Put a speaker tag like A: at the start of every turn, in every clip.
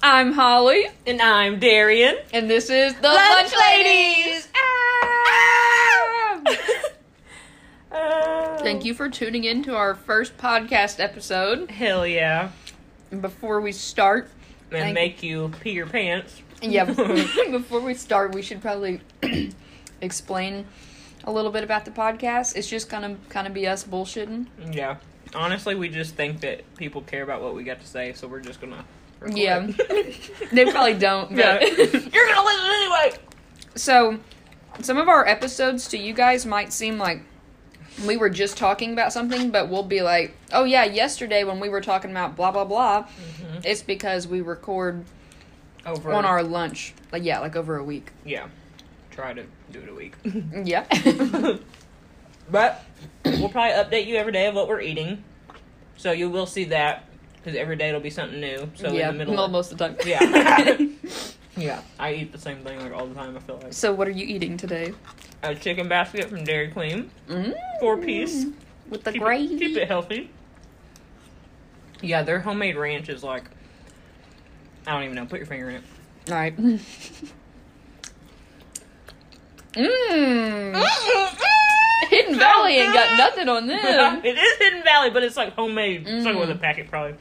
A: I'm Holly,
B: And I'm Darian.
A: and this is the Lunch
B: Lunch
A: Ladies.
B: Ladies.
A: Ah!
B: Oh.
A: Thank you for tuning in to our first podcast episode.
B: Hell yeah.
A: And Before we start,
B: And
A: Thank-
B: make you pee your pants.
A: yeah, before we start, we should probably explain a little bit about the podcast. It's just gonna kind of be us bullshitting.
B: Yeah. Honestly, we just think that people care about what we got to say, so we're just gonna. record.
A: Yeah. They probably don't. But
B: Yeah. You're gonna listen anyway.
A: so, some of our episodes to you guys might seem like we were just talking about something, but we'll be like, oh yeah, yesterday when we were talking about blah blah blah,
B: Mm-hmm.
A: it's because we record
B: Over
A: on our lunch. Like yeah, like over a week.
B: Yeah. Try to do it a week.
A: Yeah.
B: but we'll probably update you every day of what we're eating, so you will see that because every day it'll be something new. So
A: yeah,
B: in the middle.
A: well, most of the time.
B: Yeah. yeah. I eat the same thing like all the time. I feel like
A: so what are you eating today?
B: a chicken basket from Dairy Queen,
A: Mm,
B: four piece.
A: with the
B: keep
A: gravy.
B: It, keep it healthy. Yeah, their homemade ranch is like I don't even know. Put your finger in it.
A: All right. Mmm.
B: Ah!
A: Hidden Valley ain't got nothing on them.
B: it is Hidden Valley, but it's like homemade. It's like with
A: Mm.
B: a packet probably.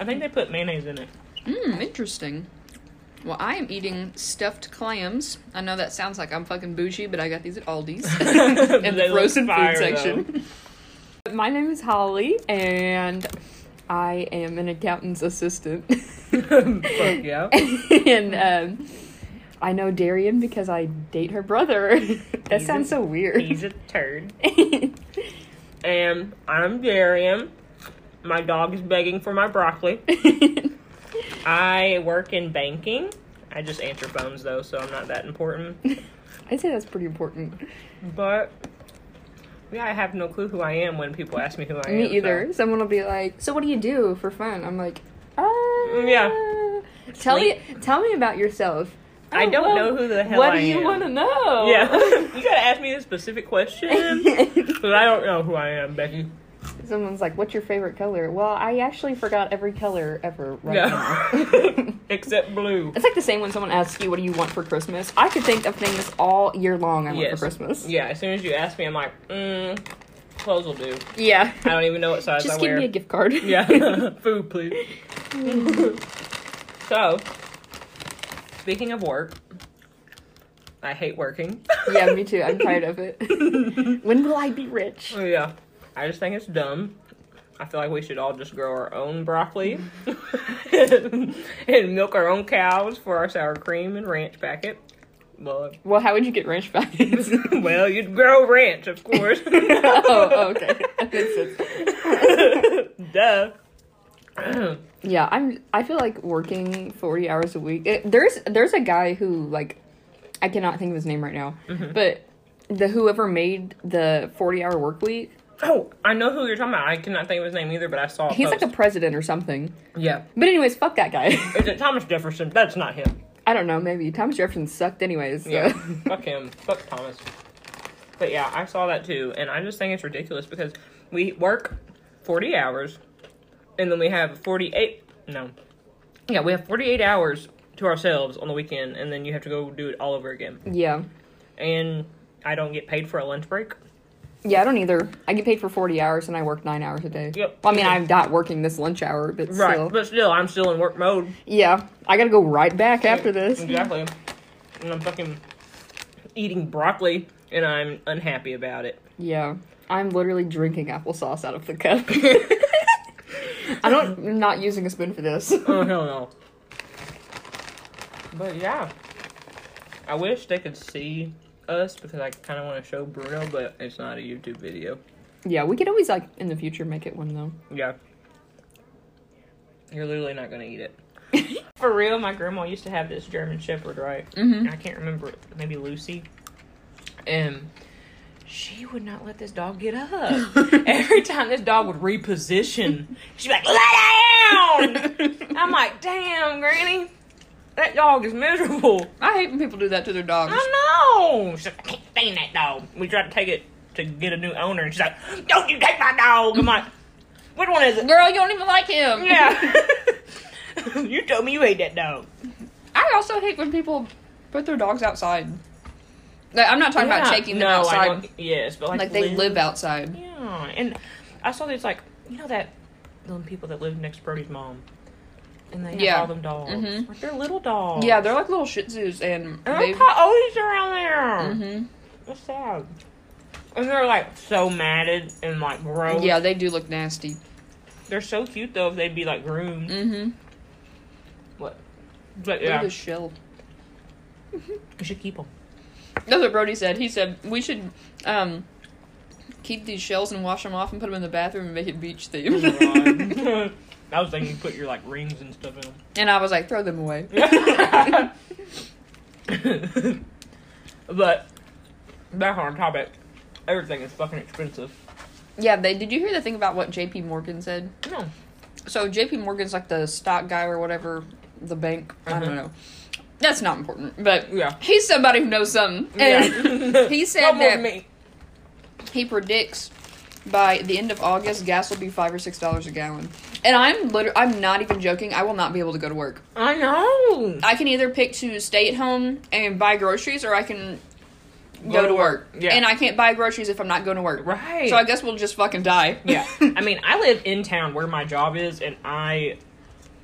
B: I think they put mayonnaise in it.
A: Mmm, interesting. Well, I am eating stuffed clams. I know that sounds like I'm fucking bougie, but I got these at Aldi's in
B: They
A: the
B: look
A: frozen
B: fire,
A: food section. My name is Holly, and I am an accountant's assistant.
B: Fuck yeah.
A: and um, I know Darian because I date her brother. that
B: He's
A: sounds
B: a-
A: so weird.
B: He's a turd. And I'm Darian. My dog is begging for my broccoli. I work in banking. I just answer phones though, so I'm not that important.
A: I'd say that's pretty important.
B: But yeah, I have no clue who I am when people ask me who I am.
A: Me
B: so-
A: either. Someone will be like, "So what do you do for fun?" I'm like, "Uh,
B: yeah.
A: Tell
B: Sleep.
A: me, tell me about yourself."
B: I
A: "Oh,
B: don't
A: well,
B: know who the hell
A: What
B: I
A: do you
B: am."
A: want to know?
B: Yeah, you gotta ask me a specific question, but I don't know who I am, Becky.
A: Someone's like, "What's your favorite color?" Well, I actually forgot every color ever right now.
B: No, except blue.
A: It's like the same when someone asks you, "What do you want for Christmas?" I could think of things all year long I want for
B: Yes.
A: Christmas.
B: Yeah, as soon as you ask me, I'm like, mm, clothes will do.
A: Yeah.
B: I don't even know what size
A: Just
B: I
A: give
B: wear.
A: me a gift card.
B: Yeah, food, please. so, speaking of work, I hate working.
A: yeah, me too. I'm tired of it. when will I be rich?
B: Oh, yeah, I just think it's dumb. I feel like we should all just grow our own broccoli and milk our own cows for our sour cream and ranch packet. Well,
A: Well, how would you get ranch packets?
B: well, you'd grow ranch, of course.
A: oh, okay. That makes sense.
B: Duh.
A: Yeah, I'm. I feel like working forty hours a week. It, there's there's a guy who like, I cannot think of his name right now, but the whoever made the forty hour work week,
B: Oh, I know who you're talking about. I cannot think of his name either, but I saw. A
A: he's
B: post.
A: like a president or something.
B: yeah.
A: But anyways, fuck that guy.
B: Is it Thomas Jefferson? That's not him.
A: I don't know. Maybe Thomas Jefferson sucked anyways. so.
B: Yeah. Fuck him. Fuck Thomas. But yeah, I saw that too, and I just think it's ridiculous because we work 40 hours, and then we have 48. No. Yeah, we have 48 hours to ourselves on the weekend, and then you have to go do it all over again.
A: yeah.
B: And I don't get paid for a lunch break.
A: Yeah, I don't either. I get paid for 40 hours and I work nine hours a day.
B: Yep.
A: Well, I mean, I'm not working this lunch hour, but
B: Right.
A: still.
B: But still, I'm still in work mode.
A: Yeah, I gotta go right back after this.
B: Exactly. And I'm fucking eating broccoli, and I'm unhappy about it.
A: Yeah, I'm literally drinking applesauce out of the cup. I don't, I'm not using a spoon for this.
B: Oh hell no. But yeah, I wish they could see us because I kind of want to show Bruno, but it's not a YouTube video.
A: Yeah, we could always, like, in the future make it one though.
B: Yeah, you're literally not gonna eat it. For real, my grandma used to have this German Shepherd, right?
A: Mhm.
B: I can't remember, maybe Lucy, and she would not let this dog get up. Every time this dog would reposition, she'd be like, "Lay down." I'm like, damn, Granny, that dog is miserable.
A: I hate when people do that to their dogs.
B: I know. She's like, I can't stand that dog. We tried to take it to get a new owner, and she's like, don't you take my dog. I'm like, which one is it?
A: Girl, you don't even like him.
B: Yeah. you told me you hate that dog.
A: I also hate when people put their dogs outside. Like, I'm not talking
B: Yeah.
A: about taking them
B: No, I
A: outside.
B: don't- Yes, but like,
A: Like they live outside.
B: Yeah, and I saw these like you know that them people that live next to Brody's mom, and they have
A: Yeah.
B: all them dogs.
A: Mhm.
B: Like they're little dogs.
A: Yeah, they're like little Shih Tzus, and
B: and
A: they.
B: they're coyotes around there.
A: hmm
B: That's sad. And they're like so matted and like gross.
A: Yeah, they do look nasty.
B: they're so cute though if they'd be like groomed.
A: Mm-hmm.
B: What? But
A: Look at
B: yeah,
A: the shell.
B: you should keep them.
A: That's what Brody said. He said we should um, keep these shells and wash them off and put them in the bathroom and make it beach themed.
B: I was thinking you put your like rings and stuff in them.
A: and I was like, throw them away.
B: but back on topic, everything is fucking expensive.
A: Yeah, they did you hear the thing about what JP Morgan said?
B: No.
A: So JP Morgan's like the stock guy or whatever, the bank. I
B: Uh-huh.
A: don't know. That's not important, but
B: Yeah.
A: he's somebody who knows something. And
B: Yeah.
A: he said
B: Not more than
A: that-
B: me.
A: he predicts by the end of August gas will be five or six dollars a gallon. And I'm liter- I'm not even joking. I will not be able to go to work.
B: I know.
A: I can either pick to stay at home and buy groceries, or I can go, to work.
B: Yeah.
A: And I can't buy groceries if I'm not going to work.
B: Right.
A: So I guess we'll just fucking die.
B: yeah. I mean, I live in town where my job is, and I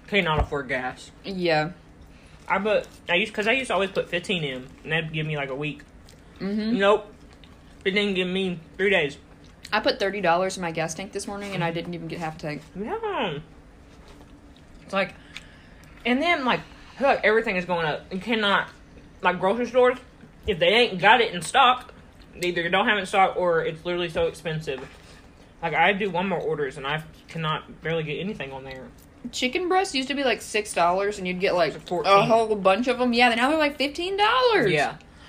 B: cannot afford gas.
A: yeah.
B: I put I used because I used to always put fifteen in, and that'd give me like a week.
A: hmm
B: Nope. It didn't give me three days.
A: I put thirty dollars in my gas tank this morning, and I didn't even get half a tank.
B: Yeah. It's like, and then like, I feel like everything is going up. You cannot, like, grocery stores, if they ain't got it in stock, they either don't have it in stock or it's literally so expensive. Like, I do one more orders and I cannot barely get anything on there.
A: Chicken breasts used to be like six dollars, and you'd get like
B: It's like
A: a
B: 14.
A: whole bunch of them. Yeah, then now they're like fifteen dollars.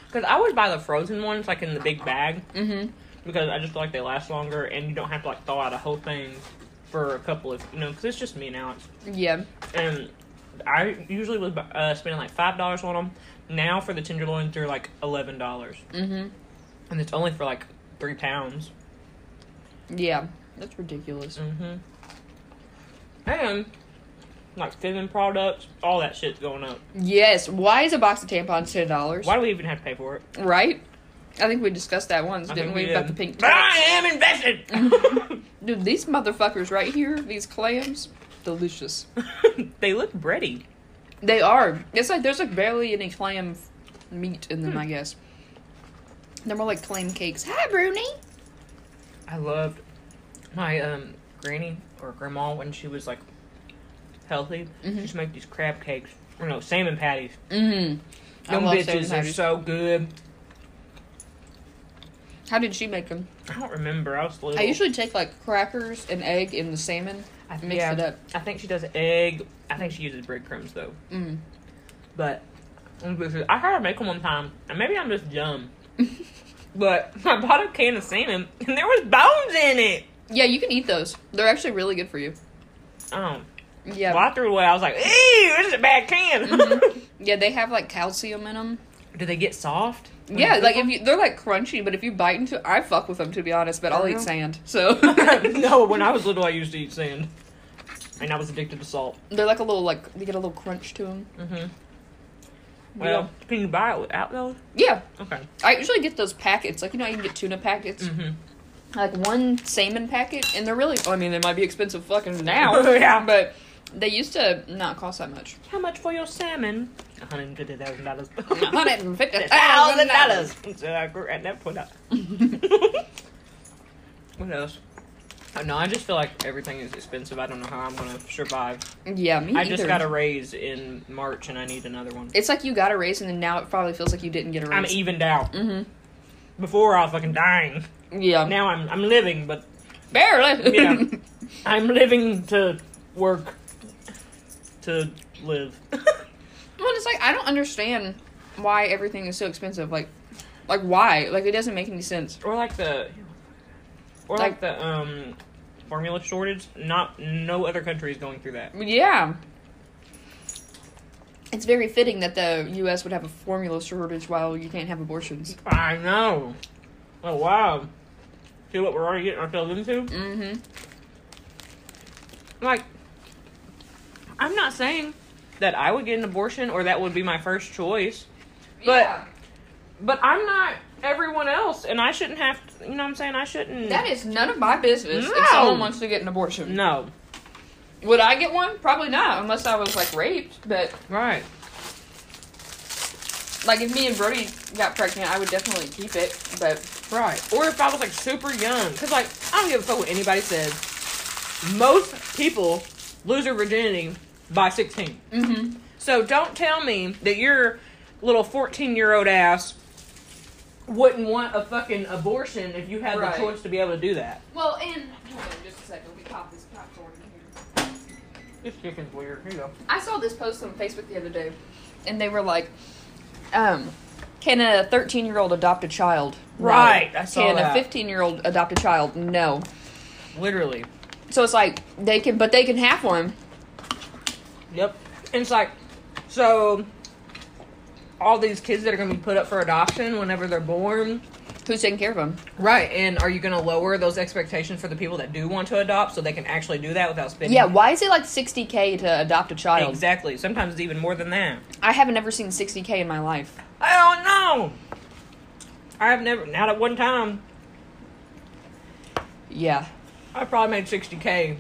B: Because I always buy the frozen ones, like in the big bag,
A: hmm
B: because I just feel like they last longer and you don't have to, like, thaw out a whole thing for a couple of, you know, because it's just me and Alex.
A: Yeah.
B: and I usually was uh, spending like five dollars on them. Now for the tenderloins, they're like eleven dollars,
A: hmm
B: and it's only for like three pounds.
A: Yeah. That's ridiculous.
B: Mm-hmm. And like feminine products, all that shit's going up.
A: Yes. Why is a box of tampons ten dollars?
B: Why do we even have to pay for it?
A: Right. I think we discussed that once,
B: I
A: didn't
B: think
A: we?
B: did.
A: About the pink.
B: But I
A: tax.
B: am invested.
A: Dude, these motherfuckers right here, these clams, delicious.
B: they look bready.
A: They are. It's like there's like barely any clam f- meat in them,
B: Hmm.
A: I guess. They're more like clam cakes. Hi, Bruni.
B: I loved my um granny or grandma when she was like healthy. She used to make these crab cakes. Or no, salmon patties.
A: Mm. I
B: Mm-hmm. Them
A: love salmon
B: bitches are
A: patties.
B: so good.
A: How did she make them?
B: I don't remember. I was little.
A: I usually take like crackers, an egg, and the salmon.
B: I
A: mix it up.
B: I think she does egg. I think she uses breadcrumbs though.
A: Mm.
B: But them bitches- I heard her make them one time, and maybe I'm just dumb. but I bought a can of salmon, and there was bones in it.
A: Yeah, you can eat those. They're actually really good for you.
B: Um,
A: Yeah. Mm-hmm.
B: well, I threw it away. I was like, "Ew, this is a bad can."
A: Yeah, they have like calcium in them.
B: Do they get soft? when
A: Yeah,
B: cook
A: like if
B: them?
A: you, they're like crunchy, but if you bite into, I fuck with them to be honest. But I'll
B: Uh-huh.
A: eat sand, so
B: no, when I was little, I used to eat sand, and I was addicted to salt.
A: they're like a little like they get a little crunch to them.
B: Mm-hmm. Well, can you buy it without those?
A: Yeah,
B: Okay.
A: I usually get those packets. Like you know, you can get tuna packets,
B: Mm-hmm.
A: like one salmon packet, and they're really. I mean, they might be expensive fucking now.
B: Yeah.
A: but they used to not cost that much.
B: How much for your salmon? One hundred fifty thousand dollars.
A: One hundred and fifty thousand
B: Thousand dollars.
A: dollars.
B: So I grew at that point up. what else? Oh, no, I just feel like everything is expensive. I don't know how I'm gonna survive.
A: Yeah, me
B: I
A: either.
B: just got a raise in March, and I need another one.
A: It's like you got a raise, and then now it probably feels like you didn't get a
B: I'm e-
A: raise.
B: evened out.
A: mm-hmm.
B: Before I was fucking dying.
A: Yeah.
B: Now I'm I'm living, but
A: Barely.
B: Yeah. I'm living to work to live.
A: Well, it's like I don't understand why everything is so expensive. Like, like why? Like it doesn't make any sense.
B: or like the or like,
A: Like-
B: the um formula shortage not no other country is going through that
A: Yeah. It's very fitting that the U.S. would have a formula shortage while you can't have abortions.
B: i know oh wow see what we're already getting ourselves into
A: Mm-hmm.
B: like i'm not saying that I would get an abortion or that would be my first choice. But
A: Yeah.
B: but I'm not everyone else, and I shouldn't have. To, you know what I'm saying? I shouldn't.
A: that is none of my business
B: No.
A: if someone wants to get an abortion.
B: no
A: Would I get one? Probably not, unless I was like raped. But
B: right.
A: like if me and Brody got pregnant, I would definitely keep it. But
B: Right. Or if I was like super young, because like I don't give a fuck what anybody says. Most people lose their virginity by 16.
A: mm-hmm.
B: So don't tell me that your little 14 year old ass wouldn't want a fucking abortion if you had
A: Right.
B: the choice to be able to do that.
A: well, and hold on just a second. We pop this popcorn in here.
B: This chicken's weird. Here you go.
A: I saw this post on Facebook the other day, and they were like, um, "Can a 13 year old adopt a child?" No.
B: Right, I saw
A: Can
B: that.
A: a 15 year old adopt a child? No.
B: Literally.
A: So it's like they can, but they can have one.
B: Yep. And it's like, so all these kids that are going to be put up for adoption whenever they're born.
A: Who's taking care of them?
B: Right. And are you going to lower those expectations for the people that do want to adopt so they can actually do that without spending?
A: Yeah. Why is it like 60k to adopt a child?
B: Exactly. Sometimes it's even more than that.
A: I haven't ever seen 60k in my life.
B: I don't know. I've never, not at one time,
A: Yeah.
B: I probably made 60K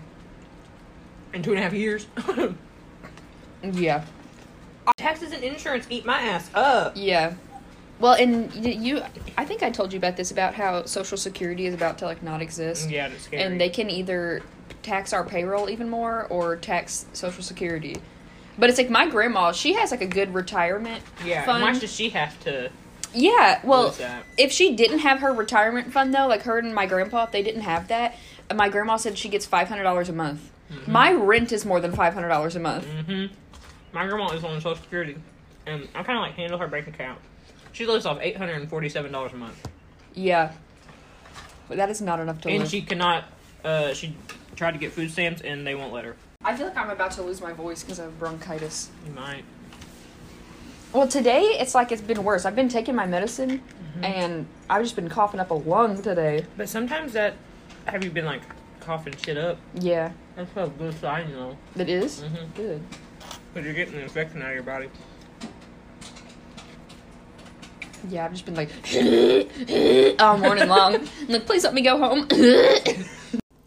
B: in two and a half years.
A: Yeah.
B: Taxes and insurance eat my ass up.
A: Yeah. Well, and y- you, I think I told you about this about how Social Security is about to like not exist.
B: Yeah, it's scary.
A: and they can either tax our payroll even more or tax social security but it's like my grandma she has like a good retirement
B: yeah.
A: fund
B: Why does she have to?
A: yeah well
B: Lose that.
A: if she didn't have her retirement fund though like her and my grandpa if they didn't have that my grandma said she gets $500 a month
B: Mm-hmm.
A: my rent is more than $500 a month
B: hmm My grandma is on Social Security, and I kind of like handle her bank account. She lives off eight hundred and forty-seven dollars a month,
A: yeah but that is not enough to
B: and
A: live.
B: she cannot. Uh, she tried to get food stamps, and they won't let her.
A: i feel like i'm about to lose my voice because i have bronchitis
B: You might.
A: Well, today it's like it's been worse. I've been taking my medicine,
B: Mm-hmm.
A: and I've just been coughing up a lung today.
B: But sometimes that. Have you been like coughing shit up?
A: Yeah,
B: That's a good sign, though.
A: it is?
B: Mhm.
A: good.
B: But you're getting an infection out of your body.
A: Yeah, I've just been like all morning long. I'm like, please let me go home.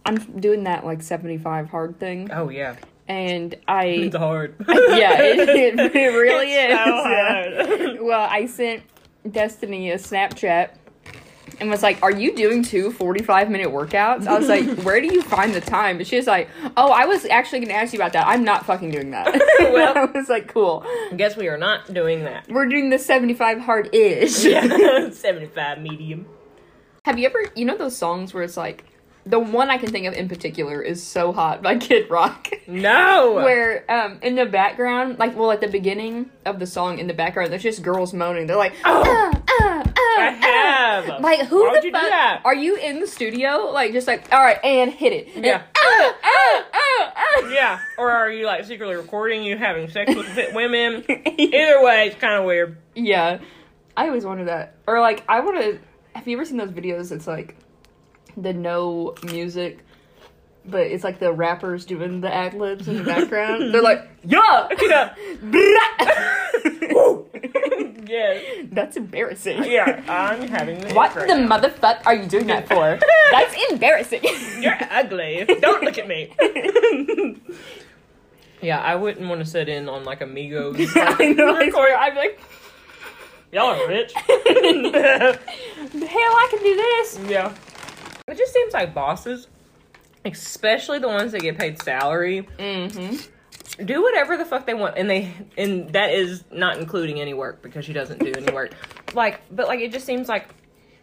A: I'm doing that like 75 hard thing,
B: Oh yeah,
A: and I
B: it's hard.
A: yeah, it, it, it really
B: It's
A: is.
B: so
A: Yeah.
B: hard.
A: Well, I sent Destiny a Snapchat and was like, Are you doing two 45 minute workouts? I was like, Where do you find the time? And she was like, Oh, I was actually going to ask you about that. I'm not fucking doing that.
B: Well-
A: I was like, Cool.
B: Guess we are not doing that.
A: We're doing the 75 hard ish.
B: Yeah, seventy-five medium.
A: Have you ever, you know, those songs where it's like, the one I can think of in particular is So Hot by Kid Rock.
B: No.
A: where um in the background, like well at the beginning of the song in the background, there's just girls moaning. They're like,
B: Oh.
A: "Uh, uh, uh,
B: I
A: uh."
B: have.
A: Like who
B: Why
A: the
B: would you do
A: fuck
B: that?
A: are you in the studio? Like just like all right, and hit it. And,
B: Yeah.
A: "Uh, uh, uh, uh."
B: Yeah, or are you like secretly recording you having sex with fit women? Either way, it's kind of weird.
A: Yeah. I always wonder that. Or like I want to. Have you ever seen those videos? It's like the no music, but it's like the rappers doing the ad libs in the background. They're like, yeah.
B: Yeah.
A: Brah.
B: yes.
A: That's embarrassing.
B: Yeah, I'm having this.
A: What
B: right
A: the
B: now.
A: motherfuck are you doing that for? That's embarrassing.
B: You're ugly. Don't look at me. yeah, I wouldn't want to sit in on like Amigos.
A: I know. I swear, I'm like,
B: Y'all are rich.
A: hell, I can do this.
B: yeah. It just seems like bosses, especially the ones that get paid salary,
A: Mm-hmm.
B: do whatever the fuck they want and they and that is not including any work because she doesn't do any work like but like it just seems like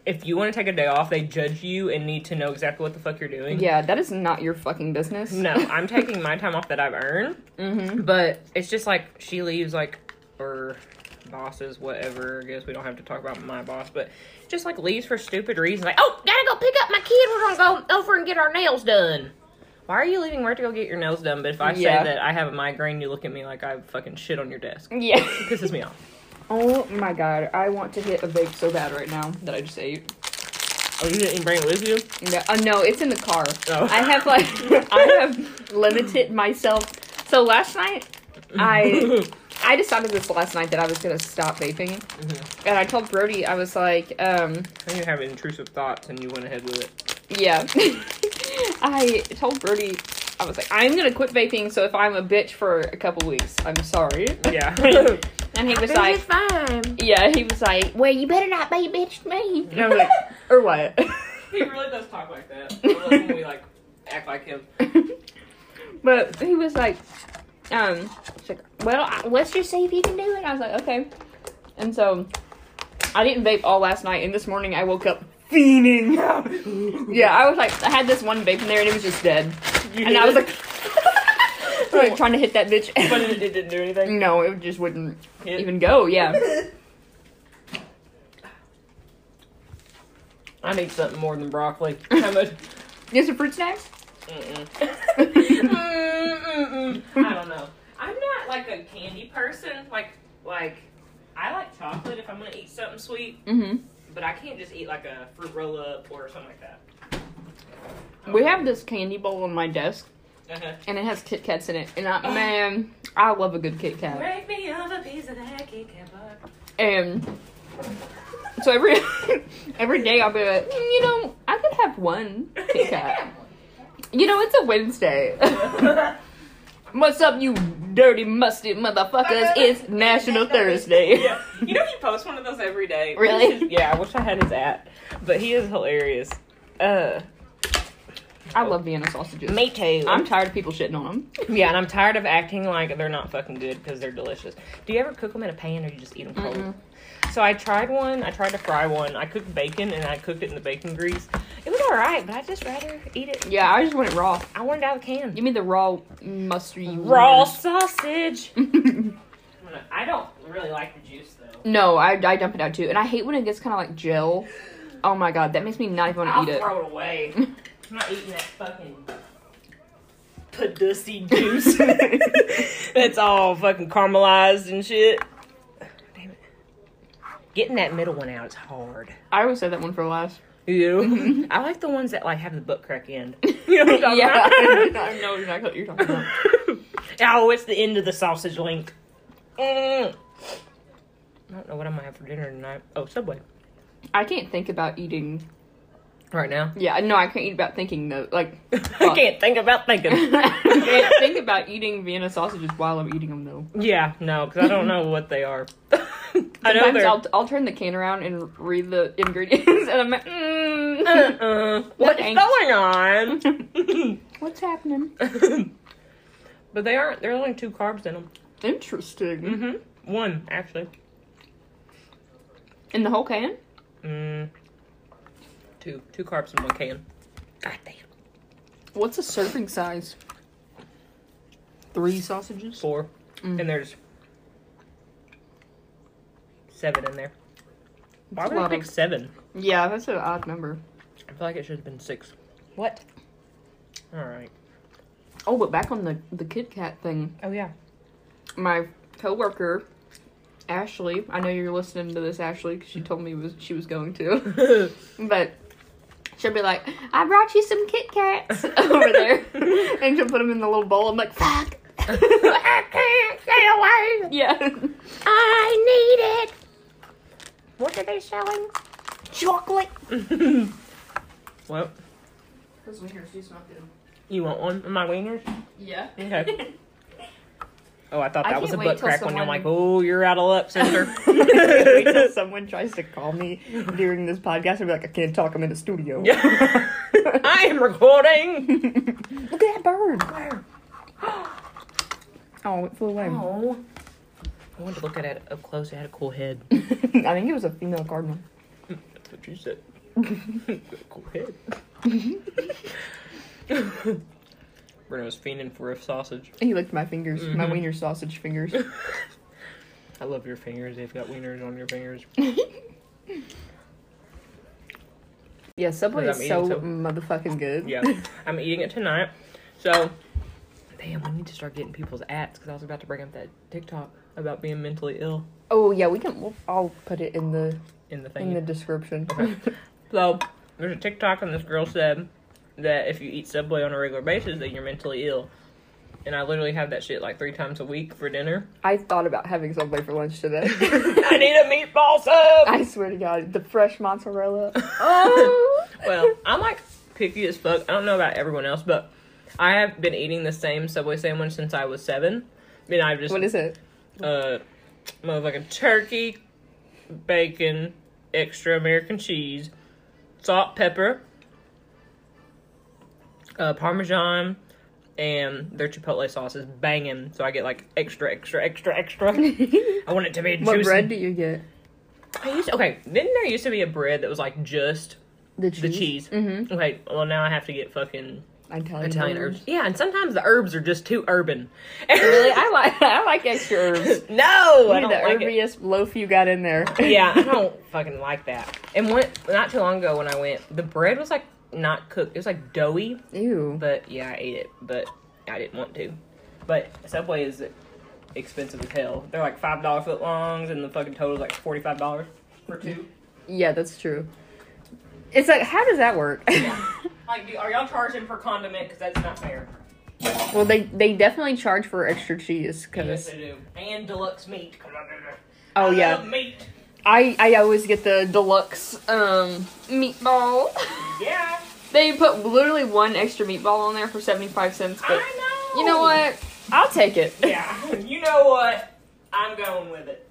B: if you want to take a day off they judge you and need to know exactly what the fuck you're doing
A: Yeah, that is not your fucking business.
B: no i'm taking my time off that i've earned
A: Mm-hmm.
B: but it's just like she leaves like or bosses whatever i guess we don't have to talk about my boss but just like leaves for stupid reasons like oh gotta go pick up my kid we're gonna go over and get our nails done why are you leaving work to go get your nails done but if i
A: Yeah.
B: say that i have a migraine you look at me like i fucking shit on your desk
A: Yeah.
B: pisses me off
A: oh my god, I want to hit a vape so bad right now that I just ate.
B: oh you didn't bring it with you
A: No, uh, no it's in the car.
B: Oh.
A: I have like, I have limited myself. So last night, I I decided this last night that I was gonna stop vaping, and I told Brody I was like, um,
B: you have intrusive thoughts and you went ahead with it.
A: yeah. I told Brody I was like, I'm gonna quit vaping. So if I'm a bitch for a couple weeks, I'm sorry.
B: Yeah.
A: And he was
C: Baby,
A: like,
C: it's fine.
A: yeah, he was like,
C: Well, you better not be a bitch to me.
A: and I was like, or what?
B: he really does talk like that. Unless when we like act like him.
A: but he was like, um, he's like, well, I- let's just see if you can do it. I was like, okay. And so I didn't vape all last night, and this morning I woke up fiending. yeah, I was like, I had this one vape in there, and it was just dead. And I was like, like, trying to hit that bitch.
B: but it, it didn't do anything.
A: no, it just wouldn't
B: It-
A: Mm, even go. Yeah.
B: I need something more than broccoli. How much?
A: You have some fruit snacks? Mm-hmm.
B: Mm-mm. Mm-mm-mm. I don't know. I'm not like a candy person. Like, like I like chocolate if I'm gonna eat something sweet,
A: Mm-hmm.
B: but I can't just eat like a fruit roll up or something like that.
A: We have this candy bowl on my desk,
B: Uh-huh.
A: and it has Kit Kats in it. And
B: Oh.
A: I, man, I love a good Kit Kat.
B: Break me up a piece of that Kit Kat bar.
A: And so every every day I'll be like, "Mm, you know, I could have one Kit Kat. You know, it's a Wednesday. What's up, you dirty, musty motherfuckers? It's National Thursday.
B: yeah, you know he posts one of those every day.
A: Really?
B: Yeah, I wish I had his at, but he is hilarious. Uh,
A: I love Vienna sausages.
B: me too.
A: I'm tired of people shitting on them.
B: yeah, and I'm tired of acting like they're not fucking good because they're delicious. Do you ever cook them in a pan or you just eat them cold?
A: Mm-mm.
B: So I tried one. I tried to fry one. I cooked bacon and I cooked it in the bacon grease. It was all right, but I would just rather eat it.
A: Yeah, I just want it raw.
B: I wanted out of the can.
A: Give me the raw mustardy.
B: Raw sausage.
A: wieners.
B: I don't really like the juice though.
A: no, I, I dump it out too, and I hate when it gets kind of like gel. Oh my god, that makes me not even want to eat it.
B: it away. I'm not eating that fucking pussy juice. That's all fucking caramelized and shit. Damn it. Getting that middle one out is hard.
A: I always said that one for last.
B: You. I like the ones that like have the butt crack end. You know what I'm talking
A: yeah,
B: about?
A: I know exactly what you're talking about.
B: oh, it's the end of the sausage link. Mm. I don't know what I'm gonna have for dinner tonight. Oh, Subway.
A: I can't think about eating.
B: Right now.
A: Yeah, no, I can't eat about thinking though. Like,
B: I can't think about thinking.
A: I can't think about eating Vienna sausages while I'm eating them though.
B: Yeah, no, because I don't know what they are. I know
A: Sometimes
B: they're.
A: I'll, I'll turn the can around and read the ingredients, and I'm like, mm,
B: Uh-uh. What's
A: Thanks.
B: going on?
A: what's happening?
B: but they aren't. There are only two carbs in them.
A: Interesting.
B: Mm-hmm. One actually.
A: In the whole can?
B: Mm. Two. Two carbs in one can. God damn.
A: What's a serving size? Three sausages.
B: Four.
A: Mm.
B: And there's seven in there. Why
A: That's a
B: would I
A: lot
B: pick
A: of-
B: seven?
A: Yeah, that's an odd number.
B: I feel like it should have been six. What? All right.
A: Oh, but back on the the Kit Kat thing,
B: Oh yeah.
A: my coworker Ashley, I know you're listening to this, Ashley, because she told me was she was going to, but she'll be like, "I brought you some Kit Kats over there," and she'll put them in the little bowl. I'm like, "Fuck,
C: I can't stay away.
A: yeah."
C: I need it.
B: what are they selling?
C: Chocolate.
B: Well,
A: Those wieners do smell good.
B: you want one of my wieners?
A: Yeah.
B: Okay. Oh, I thought
A: I
B: that was a
A: can't
B: butt
A: wait till
B: crack one. I'm
A: someone-
B: like, oh, you're out of luck, sister.
A: Wait till someone tries to call me during this podcast and be like, I can't talk, I'm in the studio.
B: I am recording.
A: Look at that bird. Oh, it flew away.
B: Oh. I wanted to look at it up close. It had a cool head.
A: I think it was a female cardinal.
B: That's what you said. cool head. Bruno was fiending for a sausage.
A: He licked my fingers, my
B: Mhm.
A: wiener sausage fingers.
B: I love your fingers. They've got wieners on your fingers.
A: Yeah, Subway
B: Because
A: is so
B: I'm eating so-
A: motherfucking good.
B: Yeah, I'm eating it tonight. So, damn, we need to start getting people's ads because I was about to bring up that TikTok about being mentally ill
A: Oh yeah, we can. We'll, I'll put it in the
B: in the
A: in
B: thing.
A: the description.
B: Okay. So there's a TikTok and this girl said that if you eat Subway on a regular basis, that you're mentally ill. and I literally have that shit like three times a week for dinner.
A: I thought about having Subway for lunch today.
B: I need a meatball sub.
A: I swear to God, the fresh mozzarella. Oh!
B: well, I'm like picky as fuck. I don't know about everyone else, but I have been eating the same Subway sandwich since I was seven. I mean, I've just
A: What is it?
B: uh, motherfucking turkey, bacon, extra American cheese, salt, pepper, uh, parmesan, and their chipotle sauce is banging. So I get like extra, extra, extra, extra. I want it to be
A: What
B: juicy.
A: bread do you get?
B: I used okay. Didn't there used to be a bread that was like just
A: The cheese.
B: the cheese?
A: Mm-hmm.
B: Okay, well now I have to get fucking
A: Italian,
B: Italian herbs. Yeah, and sometimes the herbs are just too urban.
A: Really, I like I like extra herbs.
B: no, I
A: You're
B: don't
A: the
B: like it.
A: herbiest loaf you got in there.
B: yeah, I don't fucking like that. And when not too long ago when I went, the bread was like not cooked. It was like doughy,
A: Ew.
B: but yeah, I ate it, but I didn't want to. But Subway is expensive as hell. They're like five dollar foot longs, and the fucking total is like forty five dollars for two.
A: Yeah, that's true. It's like, how does that work?
B: Like, do, are y'all charging for condiment? Because that's not fair.
A: well, they they definitely charge for extra cheese because
B: they do. And deluxe meat. 'cause I-
A: oh
B: I
A: yeah,
B: love meat.
A: I I always get the deluxe um meatball.
B: Yeah,
A: they put literally one extra meatball on there for seventy five cents, but
B: I know.
A: you know what? I'll take it.
B: Yeah, you know what? I'm going with it.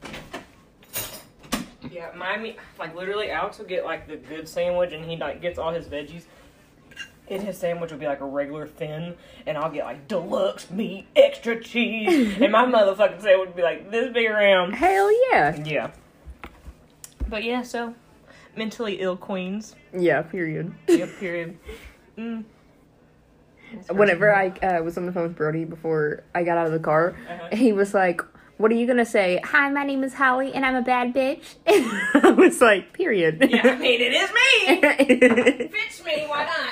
B: Yeah, my meat, like literally, Alex will get like the good sandwich, and he like gets all his veggies. And his sandwich will be like a regular thin, and I'll get like deluxe meat, extra cheese, and my motherfucking sandwich would be like this big around.
A: Hell yeah.
B: Yeah. But yeah, so mentally ill queens.
A: Yeah. Period.
B: Yep. Period. Mm.
A: Whenever I uh, was on the phone with Brody before I got out of the car,
B: Uh-huh.
A: he was like, "What are you gonna say?"
C: Hi, my name is Holly, and I'm a bad bitch.
A: I was like, "Period."
B: Yeah, I mean it is me. Fits me. Why not?